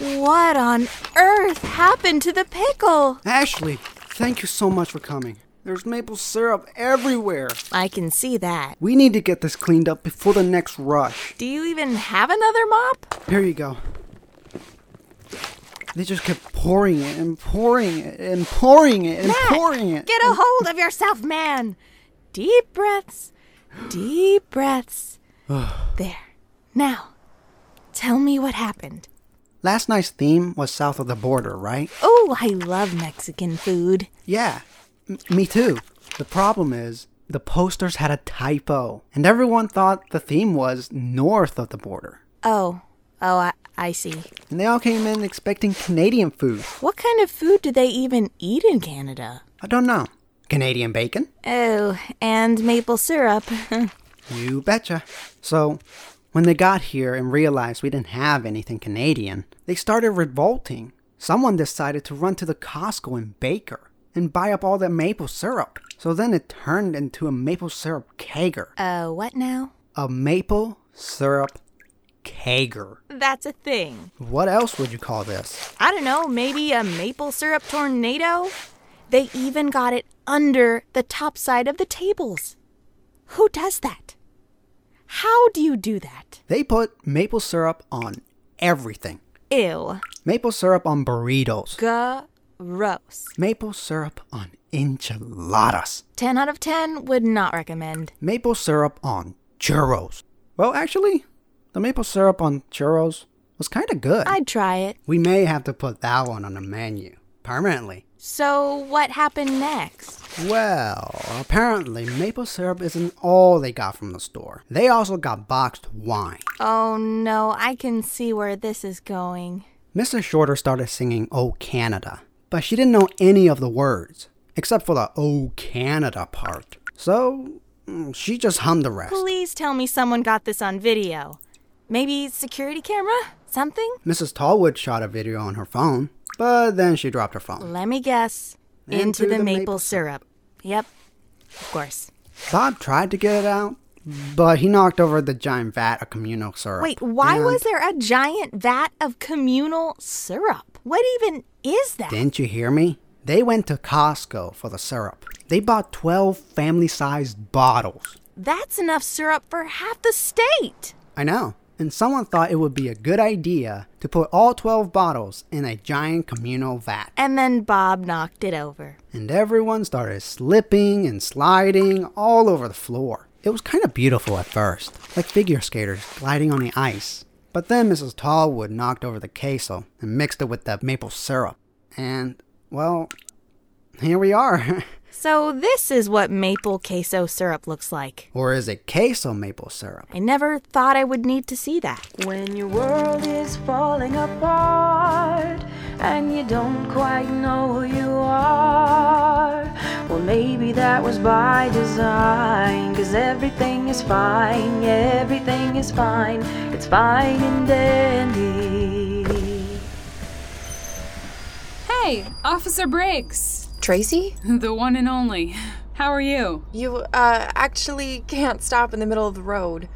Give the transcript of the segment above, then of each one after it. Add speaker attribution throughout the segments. Speaker 1: What on earth happened to the pickle?
Speaker 2: Ashley, thank you so much for coming. There's maple syrup everywhere.
Speaker 1: I can see that.
Speaker 2: We need to get this cleaned up before the next rush.
Speaker 1: Do you even have another mop?
Speaker 2: Here you go. They just kept pouring it and pouring it and pouring it and
Speaker 1: Matt,
Speaker 2: pouring it.
Speaker 1: Get a hold of yourself, man. Deep breaths. Deep breaths. there. Now, tell me what happened.
Speaker 2: Last night's theme was south of the border, right?
Speaker 1: Oh, I love Mexican food.
Speaker 2: Yeah, m- me too. The problem is, the posters had a typo, and everyone thought the theme was north of the border.
Speaker 1: Oh, oh, I, I see.
Speaker 2: And they all came in expecting Canadian food.
Speaker 1: What kind of food do they even eat in Canada?
Speaker 2: I don't know. Canadian bacon?
Speaker 1: Oh, and maple syrup.
Speaker 2: You betcha. So, when they got here and realized we didn't have anything Canadian, they started revolting. Someone decided to run to the Costco and Baker and buy up all that maple syrup. So then it turned into a maple syrup kegger.
Speaker 1: uh, what now?
Speaker 2: A maple syrup kegger.
Speaker 1: That's a thing.
Speaker 2: What else would you call this?
Speaker 1: I don't know, maybe a maple syrup tornado? They even got it under the top side of the tables. Who does that? How do you do that?
Speaker 2: They put maple syrup on everything.
Speaker 1: Ew.
Speaker 2: Maple syrup on burritos.
Speaker 1: Gross.
Speaker 2: Maple syrup on enchiladas.
Speaker 1: 10 out of 10 would not recommend.
Speaker 2: maple syrup on churros. Well, actually, the maple syrup on churros was kind of good.
Speaker 1: I'd try it.
Speaker 2: we may have to put that one on the menu permanently.
Speaker 1: So, what happened next?
Speaker 2: Well, apparently, maple syrup isn't all they got from the store. They also got boxed wine.
Speaker 1: Oh no, I can see where this is going.
Speaker 2: Mrs. Shorter started singing Oh Canada, but she didn't know any of the words, except for the Oh Canada part. So, mm, she just hummed the rest.
Speaker 1: Please tell me someone got this on video. Maybe security camera? Something?
Speaker 2: Mrs. Tallwood shot a video on her phone, but then she dropped her phone.
Speaker 1: Let me guess.
Speaker 2: Into
Speaker 1: Into,
Speaker 2: the
Speaker 1: the,
Speaker 2: maple
Speaker 1: maple, syrup. Yep. Of course.
Speaker 2: Bob tried to get it out, but he knocked over the giant vat of communal syrup.
Speaker 1: Wait, why
Speaker 2: And
Speaker 1: was there a giant vat of communal syrup? What even is that?
Speaker 2: Didn't you hear me? They went to Costco for the syrup. They bought 12 family sized bottles.
Speaker 1: That's enough syrup for half the state.
Speaker 2: I know. And someone thought it would be a good idea to put all 12 bottles in a giant communal vat.
Speaker 1: And then Bob knocked it over.
Speaker 2: And everyone started slipping and sliding all over the floor. It was kind of beautiful at first, like figure skaters gliding on the ice. But then Mrs. Tallwood knocked over the queso and mixed it with the maple syrup. And, well, here we are.
Speaker 1: So, this is what maple queso syrup looks like.
Speaker 2: or is it queso maple syrup?
Speaker 1: I never thought I would need to see that.
Speaker 3: When your world is falling apart and you don't quite know who you are, well, maybe that was by design. Cause everything is fine, everything is fine, it's fine and dandy.
Speaker 4: Hey, Officer Briggs,
Speaker 5: Tracy?
Speaker 4: the one and only. How are you?
Speaker 5: You, uh, actually can't stop in the middle of the road.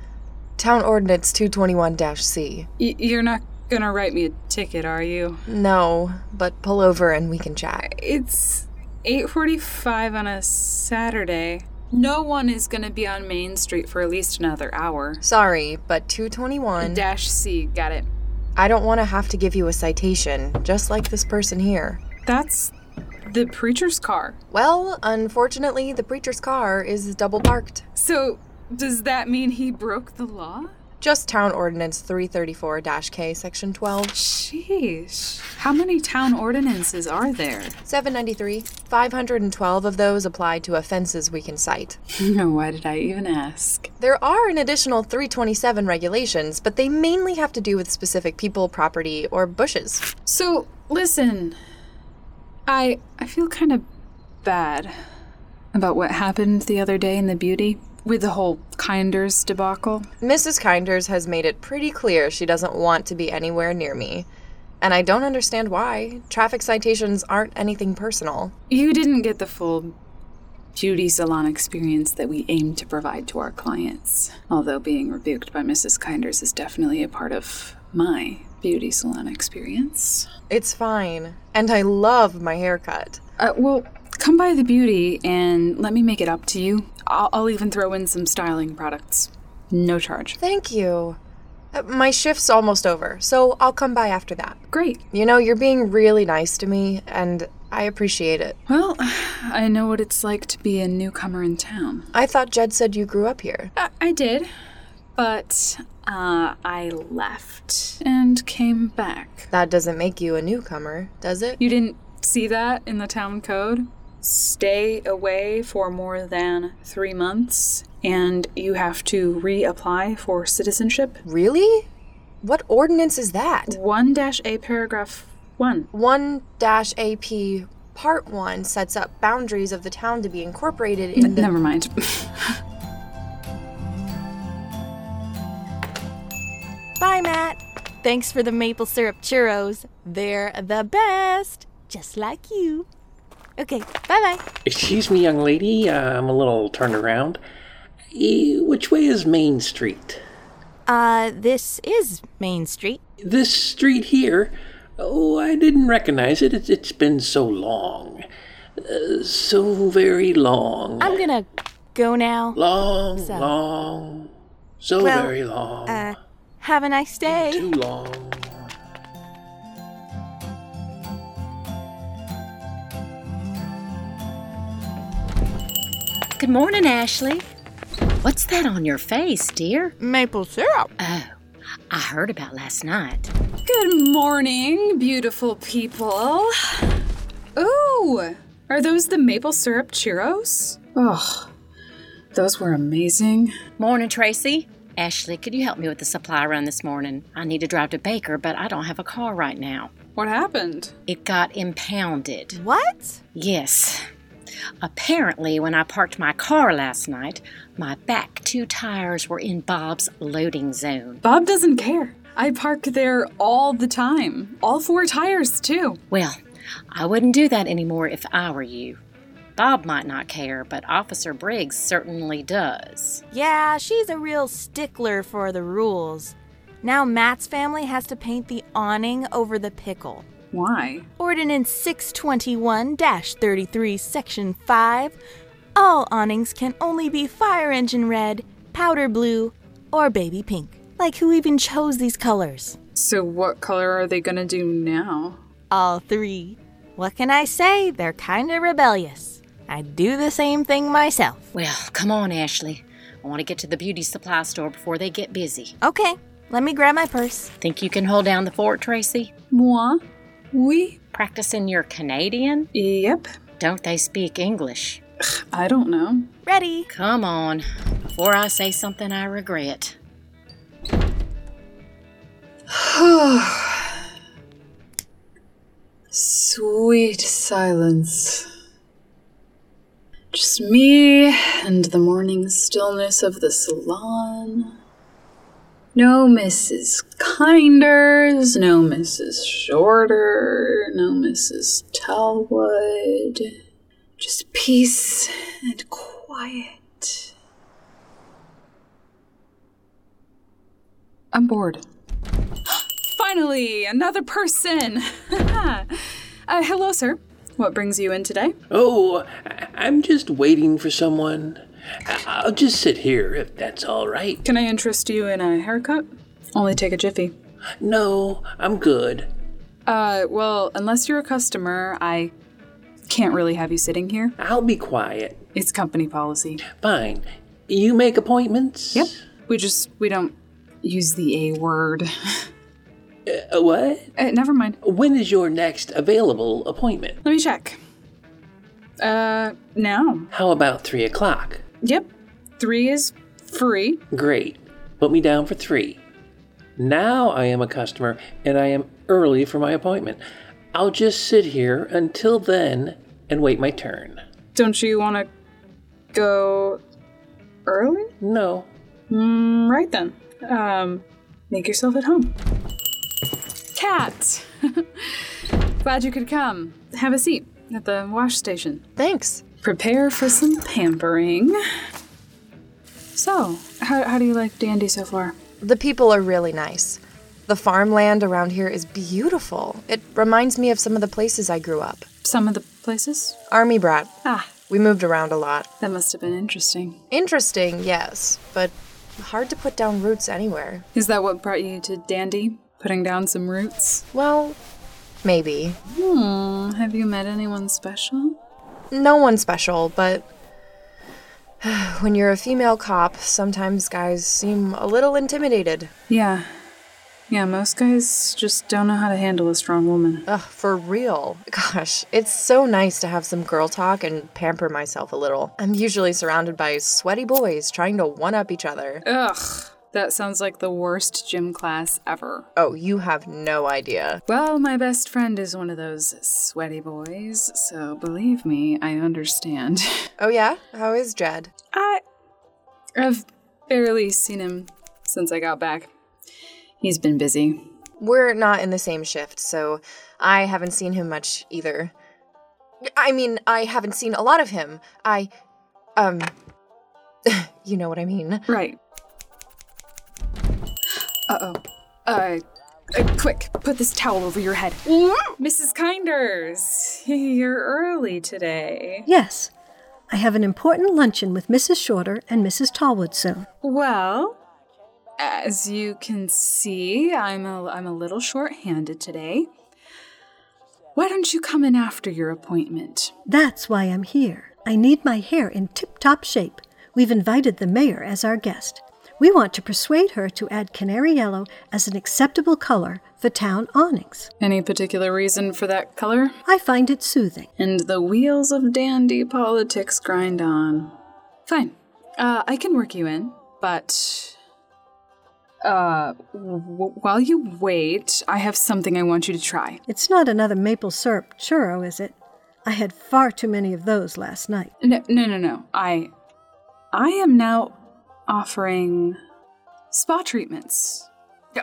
Speaker 5: Town Ordinance 221 C.
Speaker 4: Y- you're not gonna write me a ticket, are you?
Speaker 5: No, but pull over and we can chat.
Speaker 4: It's 8:45 on a Saturday. No one is gonna be on Main Street for at least another hour.
Speaker 5: Sorry, but 221.
Speaker 4: Dash C, got it.
Speaker 5: I don't want to have to give you a citation, just like this person here.
Speaker 4: That's the preacher's car.
Speaker 5: Well, unfortunately, the preacher's car is double parked.
Speaker 4: So, does that mean he broke the law?
Speaker 5: Just Town Ordinance 334 K, Section 12,
Speaker 4: Sheesh. How many town ordinances are there?
Speaker 5: 793. 512 of those apply to offenses we can cite.
Speaker 4: No, why did I even ask?
Speaker 5: There are an additional 327 regulations, but they mainly have to do with specific people, property, or bushes.
Speaker 4: So, listen. I I feel kind of bad about what happened the other day in the beauty with the whole kinders debacle.
Speaker 5: Mrs. Kinders has made it pretty clear she doesn't want to be anywhere near me. And I don't understand why. Traffic citations aren't anything personal.
Speaker 4: You didn't get the full beauty salon experience that we aim to provide to our clients. Although being rebuked by Mrs. Kinders is definitely a part of my beauty salon experience.
Speaker 5: It's fine. And I love my haircut.
Speaker 4: Uh, well, come by the beauty and let me make it up to you. I'll, I'll even throw in some styling products. No charge.
Speaker 5: Thank you. Uh, My shift's almost over, so I'll come by after that.
Speaker 4: Great.
Speaker 5: You know, you're being really nice to me, and I appreciate it.
Speaker 4: Well, I know what it's like to be a newcomer in town.
Speaker 5: I thought Jed said you grew up here.
Speaker 4: I, I did, but uh, I left and came back.
Speaker 5: That doesn't make you a newcomer, does it?
Speaker 4: You didn't see that in the town code? Stay away for more than three months, and you have to reapply for citizenship.
Speaker 5: Really? What ordinance is that?
Speaker 4: 1 A paragraph 1.
Speaker 5: 1 AP Part 1 sets up boundaries of the town to be incorporated in the.
Speaker 4: Never mind.
Speaker 1: Bye, Matt. Thanks for the maple syrup churros. They're the best, just like you. Okay, bye bye.
Speaker 6: Excuse me, young lady. Uh, I'm a little turned around. Eh, Which way is Main Street?
Speaker 1: Uh, this is Main Street.
Speaker 6: This street here. Oh, I didn't recognize it. It's, it's been so long. Uh, so very long.
Speaker 1: I'm gonna go now.
Speaker 6: long, long. So
Speaker 1: Well,
Speaker 6: very long.
Speaker 1: Uh, have a nice day.
Speaker 6: Too long.
Speaker 7: Good morning, Ashley. What's that on your face, dear?
Speaker 1: Maple syrup.
Speaker 7: Oh, I heard about last night.
Speaker 4: Good morning, beautiful people. Ooh, are those the maple syrup churros? Ugh, those were amazing.
Speaker 7: Morning, Tracy. Ashley, could you help me with the supply run this morning? I need to drive to Baker, but I don't have a car right now.
Speaker 4: What happened?
Speaker 7: It got impounded.
Speaker 1: What?
Speaker 7: Yes. Apparently, when I parked my car last night, my back two tires were in Bob's loading zone.
Speaker 4: Bob doesn't care. I park there all the time, all four tires, too.
Speaker 7: Well, I wouldn't do that anymore if I were you. Bob might not care, but Officer Briggs certainly does.
Speaker 1: Yeah, she's a real stickler for the rules. Now Matt's family has to paint the awning over the pickle.
Speaker 4: Why?
Speaker 1: Ordinance 621 33, Section 5. All awnings can only be fire engine red, powder blue, or baby pink. Like, who even chose these colors?
Speaker 4: So, what color are they gonna do now?
Speaker 1: All three. What can I say? They're kinda rebellious. I'd do the same thing myself.
Speaker 7: Well, come on, Ashley. I want to get to the beauty supply store before they get busy.
Speaker 1: Okay, let me grab my purse.
Speaker 7: Think you can hold down the fort, Tracy?
Speaker 4: Moi? Oui?
Speaker 7: Practicing your Canadian?
Speaker 4: Yep.
Speaker 7: Don't they speak English?
Speaker 4: I don't know.
Speaker 1: Ready?
Speaker 7: Come on, before I say something I regret.
Speaker 4: Sweet silence. Just me and the morning stillness of the salon. No Mrs. Kinders, no Mrs. Shorter, no Mrs. Talwood. Just peace and quiet. I'm bored. Finally, another person. uh, hello, sir. What brings you in today?
Speaker 6: Oh, I- I'm just waiting for someone. I- I'll just sit here if that's all right.
Speaker 4: Can I interest you in a haircut? Only take a jiffy.
Speaker 6: No, I'm good.
Speaker 4: Uh, well, unless you're a customer, I can't really have you sitting here.
Speaker 6: I'll be quiet.
Speaker 4: It's company policy.
Speaker 6: Fine. You make appointments?
Speaker 4: Yep. We just we don't use the A word.
Speaker 6: Uh, what?
Speaker 4: Uh, never mind.
Speaker 6: When is your next available appointment?
Speaker 4: Let me check. Uh, now.
Speaker 6: How about three o'clock?
Speaker 4: Yep. Three is free.
Speaker 6: Great. Put me down for three. Now I am a customer and I am early for my appointment. I'll just sit here until then and wait my turn.
Speaker 4: Don't you want to go early?
Speaker 6: No.
Speaker 4: Mm, right then. Um, make yourself at home. Cat! Glad you could come. Have a seat at the wash station.
Speaker 5: Thanks.
Speaker 4: Prepare for some pampering. So, how, how do you like Dandy so far?
Speaker 5: The people are really nice. The farmland around here is beautiful. It reminds me of some of the places I grew up.
Speaker 4: Some of the places?
Speaker 5: Army brat.
Speaker 4: Ah,
Speaker 5: We moved around a lot.
Speaker 4: that must have been interesting.
Speaker 5: Interesting, yes, but hard to put down roots anywhere.
Speaker 4: Is that what brought you to Dandy? Putting down some roots?
Speaker 5: Well, maybe.
Speaker 4: Hmm, have you met anyone special?
Speaker 5: No one special, but when you're a female cop, sometimes guys seem a little intimidated.
Speaker 4: Yeah. Yeah, most guys just don't know how to handle a strong woman.
Speaker 5: Ugh, for real. Gosh, it's so nice to have some girl talk and pamper myself a little. I'm usually surrounded by sweaty boys trying to one up each other.
Speaker 4: Ugh, that sounds like the worst gym class ever.
Speaker 5: Oh, you have no idea.
Speaker 4: Well, my best friend is one of those sweaty boys, so believe me, I understand.
Speaker 5: Oh, yeah? How is Jed?
Speaker 4: I I've barely seen him since I got back. He's been busy.
Speaker 5: We're not in the same shift, so I haven't seen him much either. I mean, I haven't seen a lot of him. I. Um. you know what I mean.
Speaker 4: Right. Uh-oh. Uh uh, quick, put this towel over your head. Mrs. Kinders, you're early today.
Speaker 8: Yes, I have an important luncheon with Mrs. Shorter and Mrs. Tallwood soon.
Speaker 4: Well, as you can see, I'm a, I'm a little short-handed today. Why don't you come in after your appointment?
Speaker 8: That's why I'm here. I need my hair in tip top shape. We've invited the mayor as our guest. We want to persuade her to add canary yellow as an acceptable color for town awnings.
Speaker 4: Any particular reason for that color?
Speaker 8: I find it soothing.
Speaker 4: And the wheels of dandy politics grind on. Fine. Uh, I can work you in, but. Uh, w- while you wait, I have something I want you to try.
Speaker 8: It's not another maple syrup churro, is it? I had far too many of those last night.
Speaker 4: No, no, no, no. I. I am now offering spa treatments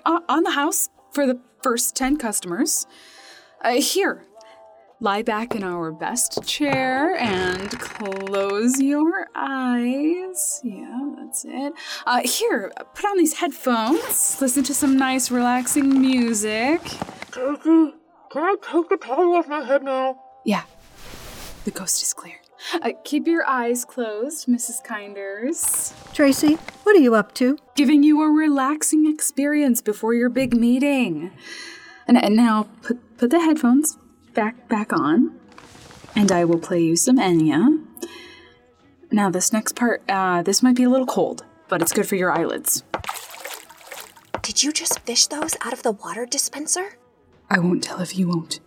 Speaker 4: O- on the house for the first 10 customers. Uh, here, lie back in our best chair and close your eyes. Yeah, that's it. Uh, here, put on these headphones, listen to some nice, relaxing music.
Speaker 9: Daisy, can I take the towel off my head now?
Speaker 4: Yeah, the coast is clear. Uh, keep your eyes closed, Mrs. Kinders.
Speaker 8: Tracy, what are you up to?
Speaker 4: giving you a relaxing experience before your big meeting. And, and now put put the headphones back back on, and I will play you some Enya. Now this next part, uh, this might be a little cold, but it's good for your eyelids.
Speaker 5: Did you just fish those out of the water dispenser?
Speaker 4: I won't tell if you won't.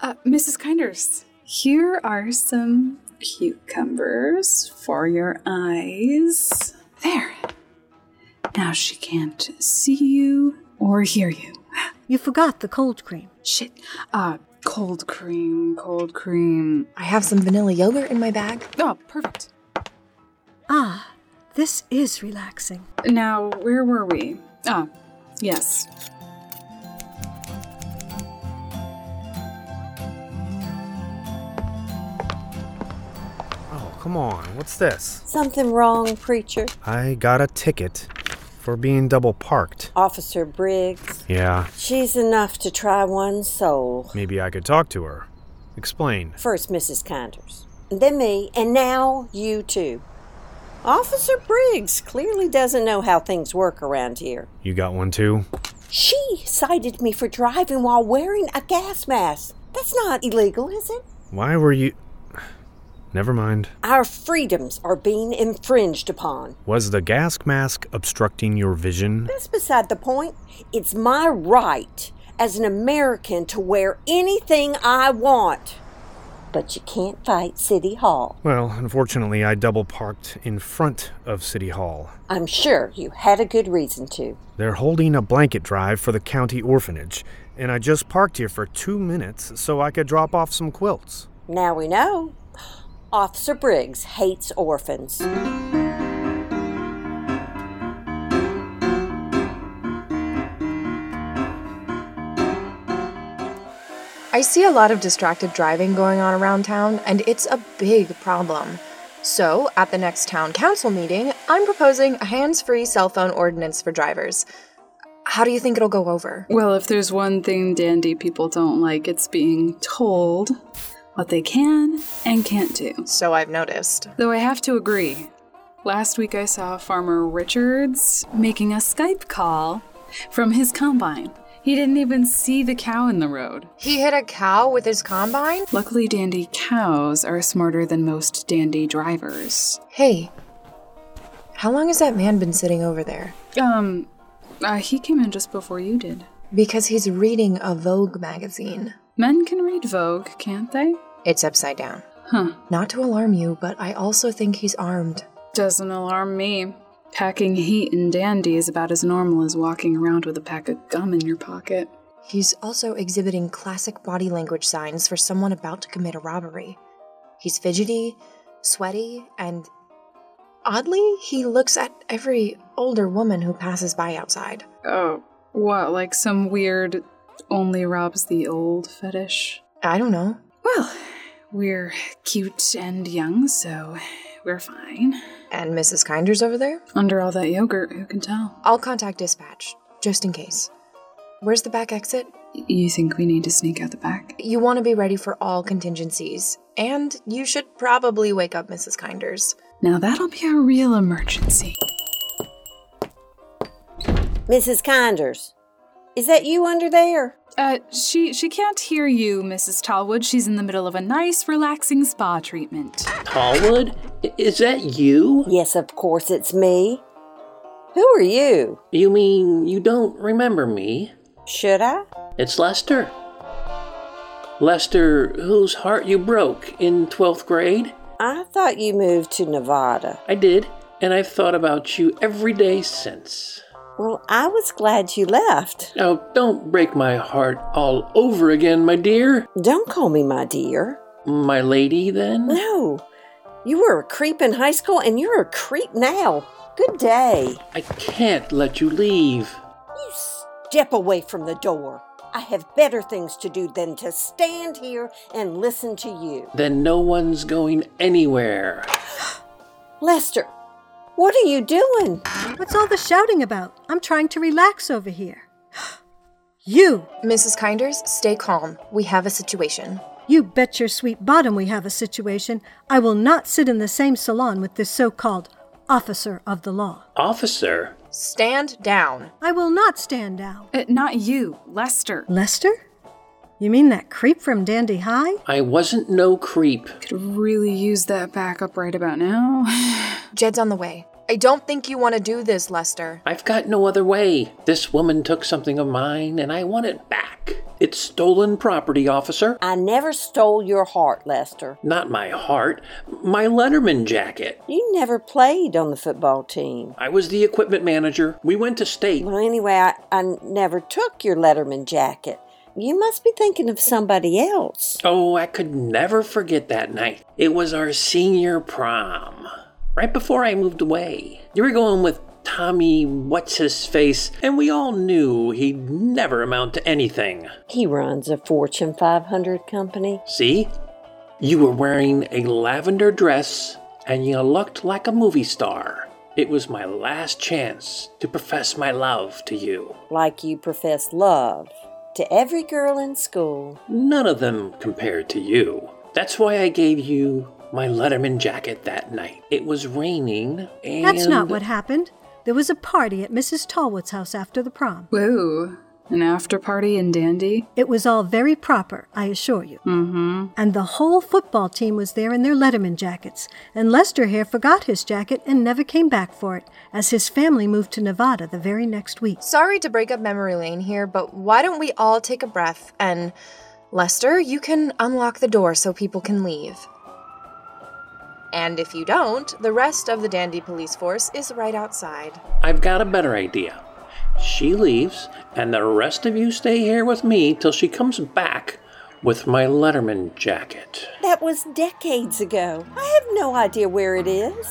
Speaker 4: Uh, Mrs. Kinders, here are some cucumbers for your eyes. There. Now she can't see you or hear you.
Speaker 8: You forgot the cold cream.
Speaker 4: Shit. Uh, cold cream, cold cream.
Speaker 5: I have some vanilla yogurt in my bag.
Speaker 4: Oh, perfect.
Speaker 8: Ah, this is relaxing.
Speaker 4: Now, where were we? Ah, yes.
Speaker 10: Oh, come on. What's this?
Speaker 11: Something wrong, preacher.
Speaker 10: I got a ticket for being double parked.
Speaker 11: Officer Briggs.
Speaker 10: Yeah,
Speaker 11: She's enough to try one's soul.
Speaker 10: maybe I could talk to her. Explain.
Speaker 11: First Mrs. Kinders, then me, and now you too. Officer Briggs clearly doesn't know how things work around here.
Speaker 10: You got one too?
Speaker 11: She cited me for driving while wearing a gas mask. That's not illegal, is it?
Speaker 10: Why were you. Never mind.
Speaker 11: Our freedoms are being infringed upon.
Speaker 10: Was the gas mask obstructing your vision?
Speaker 11: That's beside the point. It's my right as an American to wear anything I want. But you can't fight City Hall.
Speaker 10: Well, unfortunately, I double parked in front of City Hall.
Speaker 11: I'm sure you had a good reason to.
Speaker 10: They're holding a blanket drive for the county orphanage, and I just parked here for two minutes so I could drop off some quilts.
Speaker 11: Now we know. Officer Briggs hates orphans.
Speaker 5: I see a lot of distracted driving going on around town, and it's a big problem. So, at the next town council meeting, I'm proposing a hands free cell phone ordinance for drivers. How do you think it'll go over?
Speaker 4: Well, if there's one thing dandy people don't like, it's being told what they can and can't do.
Speaker 5: So I've noticed.
Speaker 4: Though I have to agree, last week I saw Farmer Richards making a Skype call from his combine. He didn't even see the cow in the road.
Speaker 5: He hit a cow with his combine?
Speaker 4: Luckily, dandy cows are smarter than most dandy drivers.
Speaker 5: Hey, how long has that man been sitting over there?
Speaker 4: Um, uh, he came in just before you did.
Speaker 5: Because he's reading a Vogue magazine.
Speaker 4: Men can read Vogue, can't they?
Speaker 5: It's upside down.
Speaker 4: Huh.
Speaker 5: Not to alarm you, but I also think he's armed.
Speaker 4: Doesn't alarm me. Packing heat in dandy is about as normal as walking around with a pack of gum in your pocket.
Speaker 5: He's also exhibiting classic body language signs for someone about to commit a robbery. He's fidgety, sweaty, and oddly, he looks at every older woman who passes by outside.
Speaker 4: Oh, what, like some weird only robs the old fetish?
Speaker 5: I don't know.
Speaker 4: Well, we're cute and young, so we're fine.
Speaker 5: And Mrs. Kinder's over there?
Speaker 4: Under all that yogurt, who can tell?
Speaker 5: I'll contact dispatch, just in case. Where's the back exit?
Speaker 4: You think we need to sneak out the back?
Speaker 5: You want to be ready for all contingencies, and you should probably wake up Mrs. Kinders.
Speaker 4: Now that'll be a real emergency.
Speaker 11: Mrs. Kinders, is that you under there?
Speaker 4: Uh, she she can't hear you, Mrs. Tallwood. She's in the middle of a nice, relaxing spa treatment.
Speaker 6: Tallwood, I- is that you?
Speaker 11: Yes, of course it's me. Who are you?
Speaker 6: You mean you don't remember me?
Speaker 11: Should I?
Speaker 6: It's Lester. Lester, whose heart you broke in 12th grade?
Speaker 11: I thought you moved to Nevada.
Speaker 6: I did, and I've thought about you every day since.
Speaker 11: Well, I was glad you left.
Speaker 6: Oh, don't break my heart all over again, my dear.
Speaker 11: Don't call me my dear.
Speaker 6: My lady, then?
Speaker 11: No. You were a creep in high school and you're a creep now. Good day.
Speaker 6: I can't let you leave.
Speaker 11: You step away from the door. I have better things to do than to stand here and listen to you.
Speaker 6: Then no one's going anywhere.
Speaker 11: Lester, what are you doing?
Speaker 8: What's all the shouting about? I'm trying to relax over here. You!
Speaker 5: Mrs. Kinders, stay calm. We have a situation.
Speaker 8: You bet your sweet bottom we have a situation. I will not sit in the same salon with this so called officer of the law.
Speaker 6: Officer?
Speaker 5: Stand down.
Speaker 8: I will not stand down.
Speaker 4: Uh, not you, Lester.
Speaker 8: Lester? You mean that creep from Dandy High?
Speaker 6: I wasn't no creep.
Speaker 4: Could really use that backup right about now.
Speaker 5: Jed's on the way. I don't think you want to do this, Lester.
Speaker 6: I've got no other way. This woman took something of mine, and I want it back. It's stolen property, officer.
Speaker 11: I never stole your heart, Lester.
Speaker 6: Not my heart, my Letterman jacket.
Speaker 11: You never played on the football team.
Speaker 6: I was the equipment manager. We went to state.
Speaker 11: Well, anyway, I, I never took your Letterman jacket. You must be thinking of somebody else.
Speaker 6: Oh, I could never forget that night. It was our senior prom, right before I moved away. You were going with Tommy, what's his face, and we all knew he'd never amount to anything.
Speaker 11: He runs a Fortune 500 company.
Speaker 6: See? You were wearing a lavender dress and you looked like a movie star. It was my last chance to profess my love to you.
Speaker 11: Like you profess love to every girl in school.
Speaker 6: None of them compared to you. That's why I gave you my Letterman jacket that night. It was raining and.
Speaker 8: That's not what happened. There was a party at Mrs. Tallwood's house after the prom.
Speaker 4: Whoa, an after party in Dandy?
Speaker 8: It was all very proper, I assure you.
Speaker 4: Mm-hmm.
Speaker 8: And the whole football team was there in their Letterman jackets, and Lester here forgot his jacket and never came back for it, as his family moved to Nevada the very next week.
Speaker 5: Sorry to break up memory lane here, but why don't we all take a breath and. Lester, you can unlock the door so people can leave. And if you don't, the rest of the Dandy police force is right outside.
Speaker 6: I've got a better idea. She leaves, and the rest of you stay here with me till she comes back with my Letterman jacket.
Speaker 11: That was decades ago. I have no idea where it is.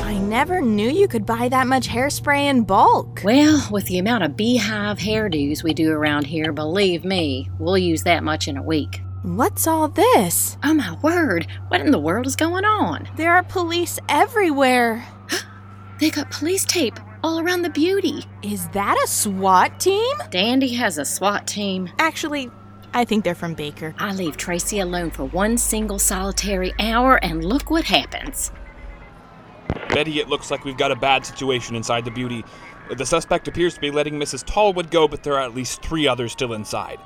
Speaker 1: I never knew you could buy that much hairspray in bulk.
Speaker 7: Well, with the amount of beehive hairdos we do around here, believe me, we'll use that much in a week.
Speaker 1: What's all this?
Speaker 7: Oh my word, what in the world is going on?
Speaker 1: There are police everywhere.
Speaker 7: They got police tape all around the beauty.
Speaker 1: Is that a SWAT team?
Speaker 7: Dandy has a SWAT team.
Speaker 1: Actually, I think they're from Baker.
Speaker 7: I leave Tracy alone for one single solitary hour, and look what happens.
Speaker 12: Betty, it looks like we've got a bad situation inside the beauty. The suspect appears to be letting Mrs. Tallwood go, but there are at least three others still inside.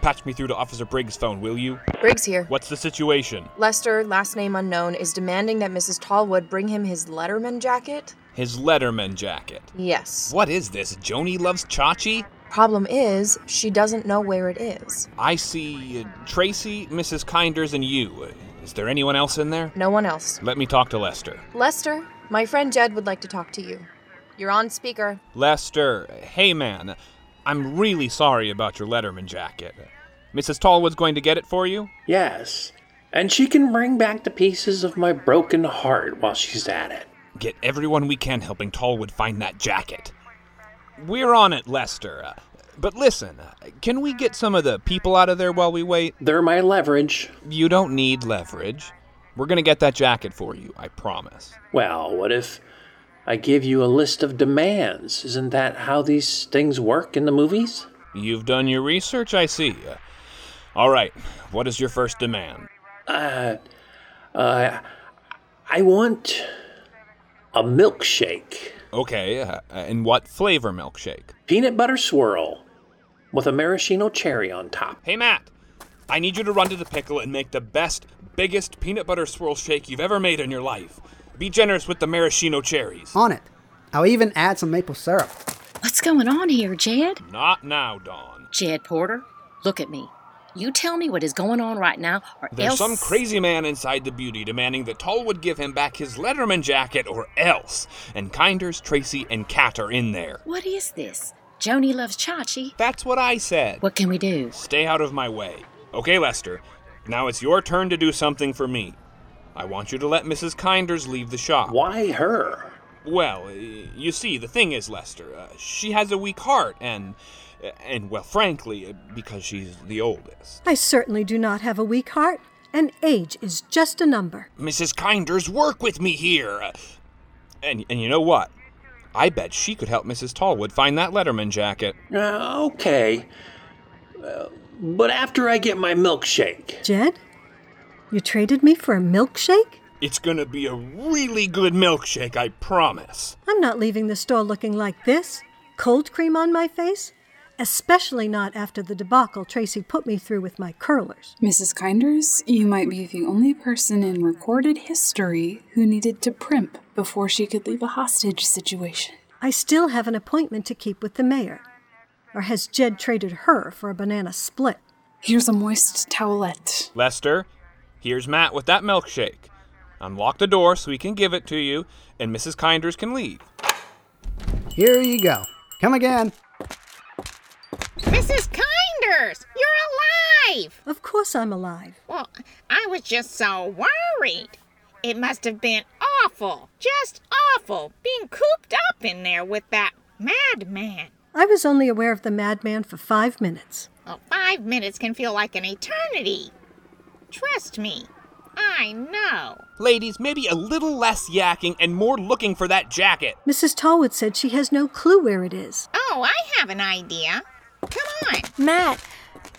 Speaker 12: Patch me through to Officer Briggs' phone, will you?
Speaker 5: Briggs here.
Speaker 12: What's the situation?
Speaker 5: Lester, last name unknown, is demanding that Mrs. Tallwood bring him his Letterman jacket.
Speaker 12: His Letterman jacket.
Speaker 5: Yes.
Speaker 12: What is this? Joni loves Chachi?
Speaker 5: Problem is, she doesn't know where it is.
Speaker 12: I see uh, Tracy, Mrs. Kinders, and you. Is there anyone else in there?
Speaker 5: No one else.
Speaker 12: Let me talk to Lester.
Speaker 5: Lester, my friend Jed would like to talk to you. You're on speaker.
Speaker 12: Lester, hey man, I'm really sorry about your Letterman jacket. Mrs. Tallwood's going to get it for you?
Speaker 6: Yes. And she can bring back the pieces of my broken heart while she's at it.
Speaker 12: Get everyone we can helping Tallwood find that jacket. We're on it, Lester. Uh, But listen, uh, can we get some of the people out of there while we wait?
Speaker 6: They're my leverage.
Speaker 12: You don't need leverage. We're going to get that jacket for you, I promise.
Speaker 6: Well, what if I give you a list of demands? Isn't that how these things work in the movies?
Speaker 12: You've done your research, I see. Uh, All right, what is your first demand?
Speaker 6: Uh, uh, I want a milkshake,
Speaker 12: Okay, uh, and what flavor milkshake?
Speaker 6: peanut butter swirl, with a maraschino cherry on top.
Speaker 12: Hey, Matt, I need you to run to the pickle and make the best, biggest peanut butter swirl shake you've ever made in your life. Be generous with the maraschino cherries.
Speaker 2: On it. I'll even add some maple syrup.
Speaker 7: What's going on here, Jed?
Speaker 12: Not now, Dawn.
Speaker 7: Jed Porter, look at me. You tell me what is going on right now, or else.
Speaker 12: There's some crazy man inside the beauty demanding that Tallwood give him back his Letterman jacket or else. And Kinders, Tracy, and Kat are in there.
Speaker 7: what is this? Joni loves Chachi.
Speaker 12: That's what I said.
Speaker 7: What can we do?
Speaker 12: Stay out of my way. Okay, Lester, now it's your turn to do something for me. I want you to let Mrs. Kinders leave the shop.
Speaker 6: Why her?
Speaker 12: Well, y- you see, the thing is, Lester, uh, she has a weak heart, and, uh, and well, frankly, uh, because she's the oldest.
Speaker 8: I certainly do not have a weak heart, and age is just a number.
Speaker 12: Mrs. Kinders, work with me here. Uh, And, and you know what? I bet she could help Mrs. Tallwood find that Letterman jacket.
Speaker 6: Uh, okay. Uh, but after I get my milkshake,
Speaker 8: Jed, you traded me for a milkshake?
Speaker 12: It's gonna be a really good milkshake, I promise.
Speaker 8: I'm not leaving the store looking like this. Cold cream on my face? Especially not after the debacle Tracy put me through with my curlers.
Speaker 4: Mrs. Kinders, you might be the only person in recorded history who needed to primp before she could leave a hostage situation.
Speaker 8: I still have an appointment to keep with the mayor. Or has Jed traded her for a banana split?
Speaker 4: Here's a moist towelette.
Speaker 12: Lester, here's Matt with that milkshake. Unlock the door so he can give it to you, and Mrs. Kinders can leave.
Speaker 2: Here you go. Come again.
Speaker 13: Mrs. Kinders, you're alive!
Speaker 8: Of course I'm alive.
Speaker 13: Well, I was just so worried. It must have been awful, just awful, being cooped up in there with that madman.
Speaker 8: I was only aware of the madman for five minutes.
Speaker 13: Well, five minutes can feel like an eternity. Trust me, I know.
Speaker 12: Ladies, maybe a little less yakking and more looking for that jacket.
Speaker 8: Mrs. Tallwood said she has no clue where it is.
Speaker 13: Oh, I have an idea. Come on.
Speaker 1: Matt,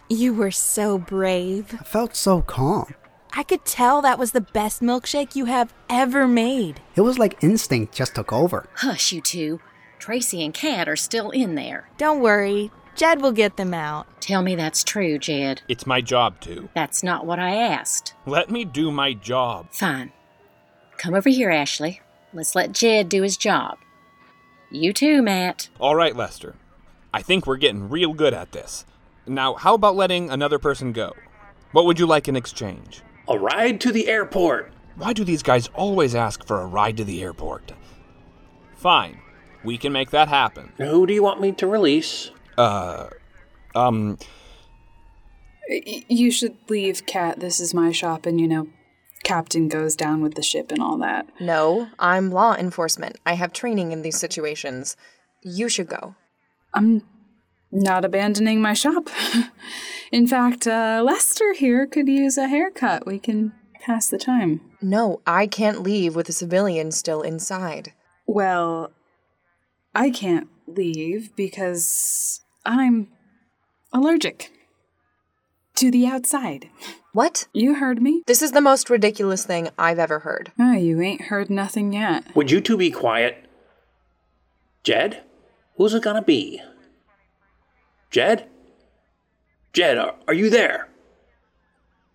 Speaker 1: you were so brave.
Speaker 2: I felt so calm.
Speaker 1: I could tell that was the best milkshake you have ever made.
Speaker 2: It was like instinct just took over.
Speaker 7: Hush, you two. Tracy and Kat are still in there.
Speaker 1: Don't worry, Jed will get them out.
Speaker 7: Tell me that's true, Jed.
Speaker 12: It's my job to.
Speaker 7: That's not what I asked.
Speaker 12: Let me do my job.
Speaker 7: Fine. Come over here, Ashley. Let's let Jed do his job. You too, Matt.
Speaker 12: All right, Lester. I think we're getting real good at this. Now, how about letting another person go? What would you like in exchange?
Speaker 6: a ride to the airport.
Speaker 12: Why do these guys always ask for a ride to the airport? Fine. We can make that happen.
Speaker 6: Who do you want me to release?
Speaker 12: Uh, um,
Speaker 4: Y- You should leave, Cat. This is my shop, and you know, Captain goes down with the ship and all that.
Speaker 5: No, I'm law enforcement. I have training in these situations. You should go.
Speaker 4: I'm Not abandoning my shop. In fact, uh, Lester here could use a haircut. We can pass the time.
Speaker 5: No, I can't leave with a civilian still inside.
Speaker 4: Well, I can't leave because I'm allergic to the outside.
Speaker 5: What?
Speaker 4: You heard me.
Speaker 5: This is the most ridiculous thing I've ever heard.
Speaker 4: Oh, you ain't heard nothing yet.
Speaker 6: Would you two be quiet? Jed? Who's it gonna be? Jed? Jed, are, are you there?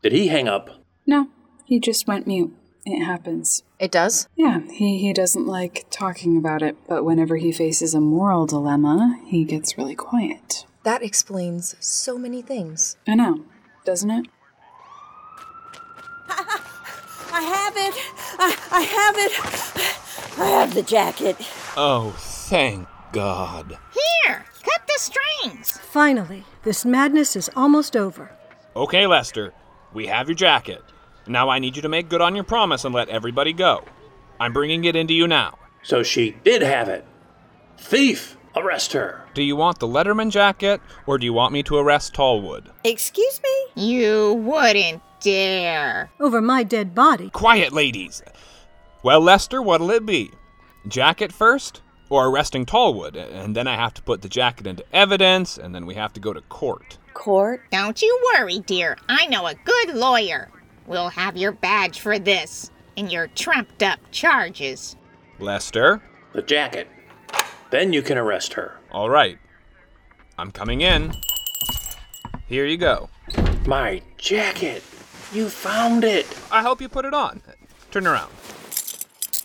Speaker 6: Did he hang up?
Speaker 4: No, he just went mute. It happens.
Speaker 5: It does?
Speaker 4: Yeah, he, he doesn't like talking about it, but whenever he faces a moral dilemma, he gets really quiet.
Speaker 5: That explains so many things.
Speaker 4: I know, doesn't it?
Speaker 14: I have it. I, I have it.
Speaker 11: I have the jacket.
Speaker 12: Oh, thank God.
Speaker 13: Here, cut the strings.
Speaker 8: Finally, this madness is almost over.
Speaker 12: Okay, Lester, we have your jacket. Now I need you to make good on your promise and let everybody go. I'm bringing it into you now.
Speaker 6: So she did have it. Thief! Arrest her!
Speaker 12: Do you want the Letterman jacket, or do you want me to arrest Tallwood?
Speaker 11: Excuse me?
Speaker 13: You wouldn't dare.
Speaker 8: Over my dead body.
Speaker 12: Quiet, ladies! Well, Lester, what'll it be? Jacket first, or arresting Tallwood, and then I have to put the jacket into evidence, and then we have to go to court.
Speaker 11: Court?
Speaker 13: Don't you worry, dear. I know a good lawyer. We'll have your badge for this and your trumped up charges.
Speaker 12: Lester?
Speaker 6: The jacket. Then you can arrest her.
Speaker 12: All right. I'm coming in. Here you go.
Speaker 6: My jacket! You found it!
Speaker 12: I'll help you put it on. Turn around.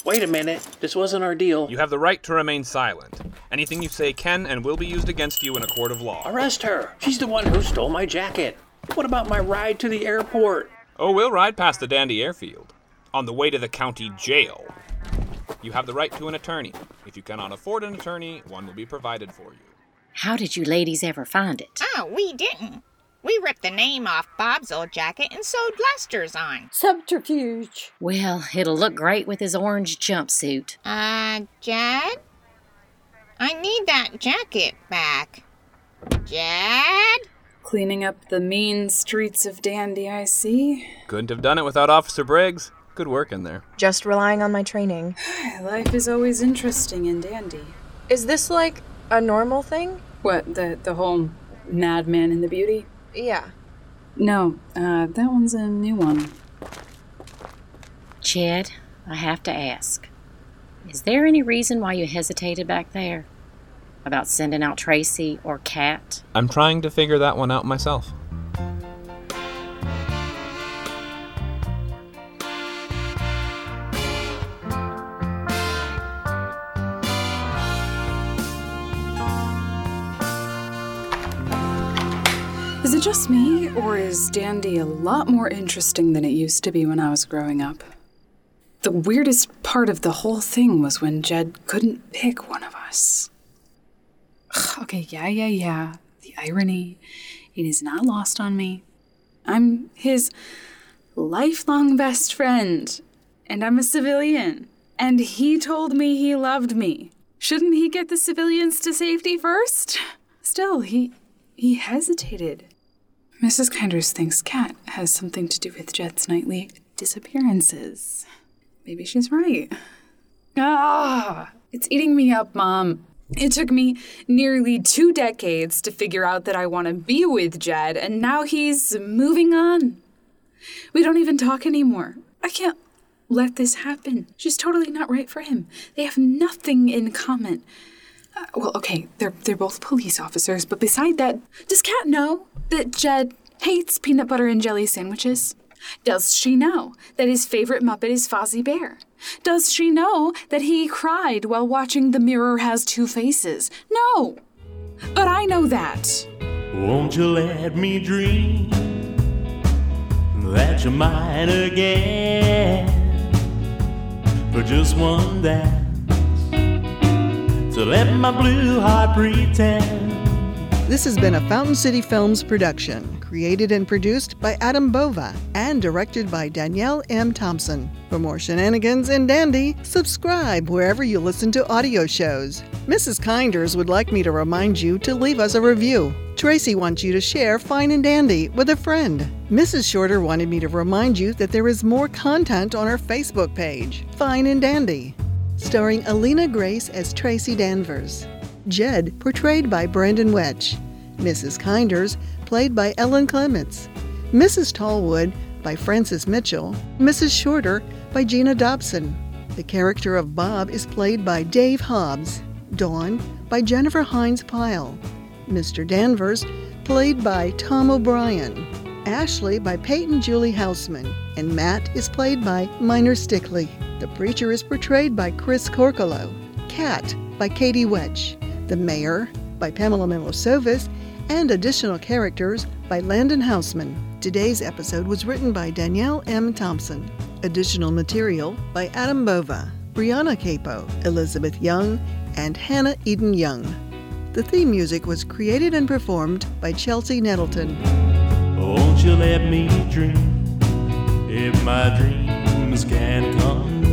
Speaker 6: Wait a minute. This wasn't our deal.
Speaker 12: You have the right to remain silent. Anything you say can and will be used against you in a court of law.
Speaker 6: Arrest her! She's the one who stole my jacket. What about my ride to the airport?
Speaker 12: Oh, we'll ride past the Dandy Airfield on the way to the county jail. You have the right to an attorney. If you cannot afford an attorney, one will be provided for you.
Speaker 7: How did you ladies ever find it?
Speaker 13: Oh, we didn't. We ripped the name off Bob's old jacket and sewed Lester's on.
Speaker 11: Subterfuge.
Speaker 7: Well, it'll look great with his orange jumpsuit.
Speaker 13: Uh, Jed? I need that jacket back. Jed?
Speaker 4: Cleaning up the mean streets of Dandy, I see.
Speaker 12: Couldn't have done it without Officer Briggs. Good work in there.
Speaker 5: Just relying on my training.
Speaker 4: Life is always interesting in Dandy.
Speaker 5: Is this like a normal thing?
Speaker 4: What, the, the whole madman and the beauty?
Speaker 5: Yeah.
Speaker 4: No, uh, that one's a new one.
Speaker 7: Jed, I have to ask Is there any reason why you hesitated back there? About sending out Tracy or Kat?
Speaker 12: I'm trying to figure that one out myself.
Speaker 4: Is it just me, or is Dandy a lot more interesting than it used to be when I was growing up? The weirdest part of the whole thing was when Jed couldn't pick one of us. Ugh, okay, yeah, yeah, yeah. The irony. It is not lost on me. I'm his lifelong best friend, and I'm a civilian. And he told me he loved me. Shouldn't he get the civilians to safety first? Still, he he hesitated. Mrs. Kinders thinks Kat has something to do with Jed's nightly disappearances. Maybe she's right. Ah, it's eating me up, Mom. It took me nearly two decades to figure out that I want to be with Jed, and now he's moving on. We don't even talk anymore. I can't let this happen. She's totally not right for him. They have nothing in common. Uh, well, okay, they're they're both police officers, but beside that, does Kat know that Jed hates peanut butter and jelly sandwiches? Does she know that his favorite Muppet is Fozzie Bear? Does she know that he cried while watching The Mirror Has Two Faces? No! But I know that.
Speaker 15: Won't you let me dream that you're mine again? For just one day. So let my blue heart pretend.
Speaker 16: This has been a Fountain City Films production created and produced by Adam Bova and directed by Danielle M. Thompson. For more shenanigans and dandy, subscribe wherever you listen to audio shows. Mrs. Kinders would like me to remind you to leave us a review. Tracy wants you to share Fine and Dandy with a friend. Mrs. Shorter wanted me to remind you that there is more content on our Facebook page, Fine and Dandy, starring Alina Grace as Tracy Danvers, Jed, portrayed by Brandon Wetch, Mrs. Kinders, played by Ellen Clements, Mrs. Tallwood, by Frances Mitchell, Mrs. Shorter, by Gina Dobson. The character of Bob is played by Dave Hobbs, Dawn, by Jennifer Hines Pyle, Mr. Danvers, played by Tom O'Brien, Ashley by Peyton Julie Houseman, and Matt is played by Minor Stickley. The preacher is portrayed by Chris Corcolo, Cat by Katie Wedge, the mayor by Pamela Milosovis, and additional characters by Landon Houseman. Today's episode was written by Danielle M. Thompson. Additional material by Adam Bova, Brianna Capo, Elizabeth Young, and Hannah Eden Young. The theme music was created and performed by Chelsea Nettleton.
Speaker 15: Won't you let me dream if my dreams can come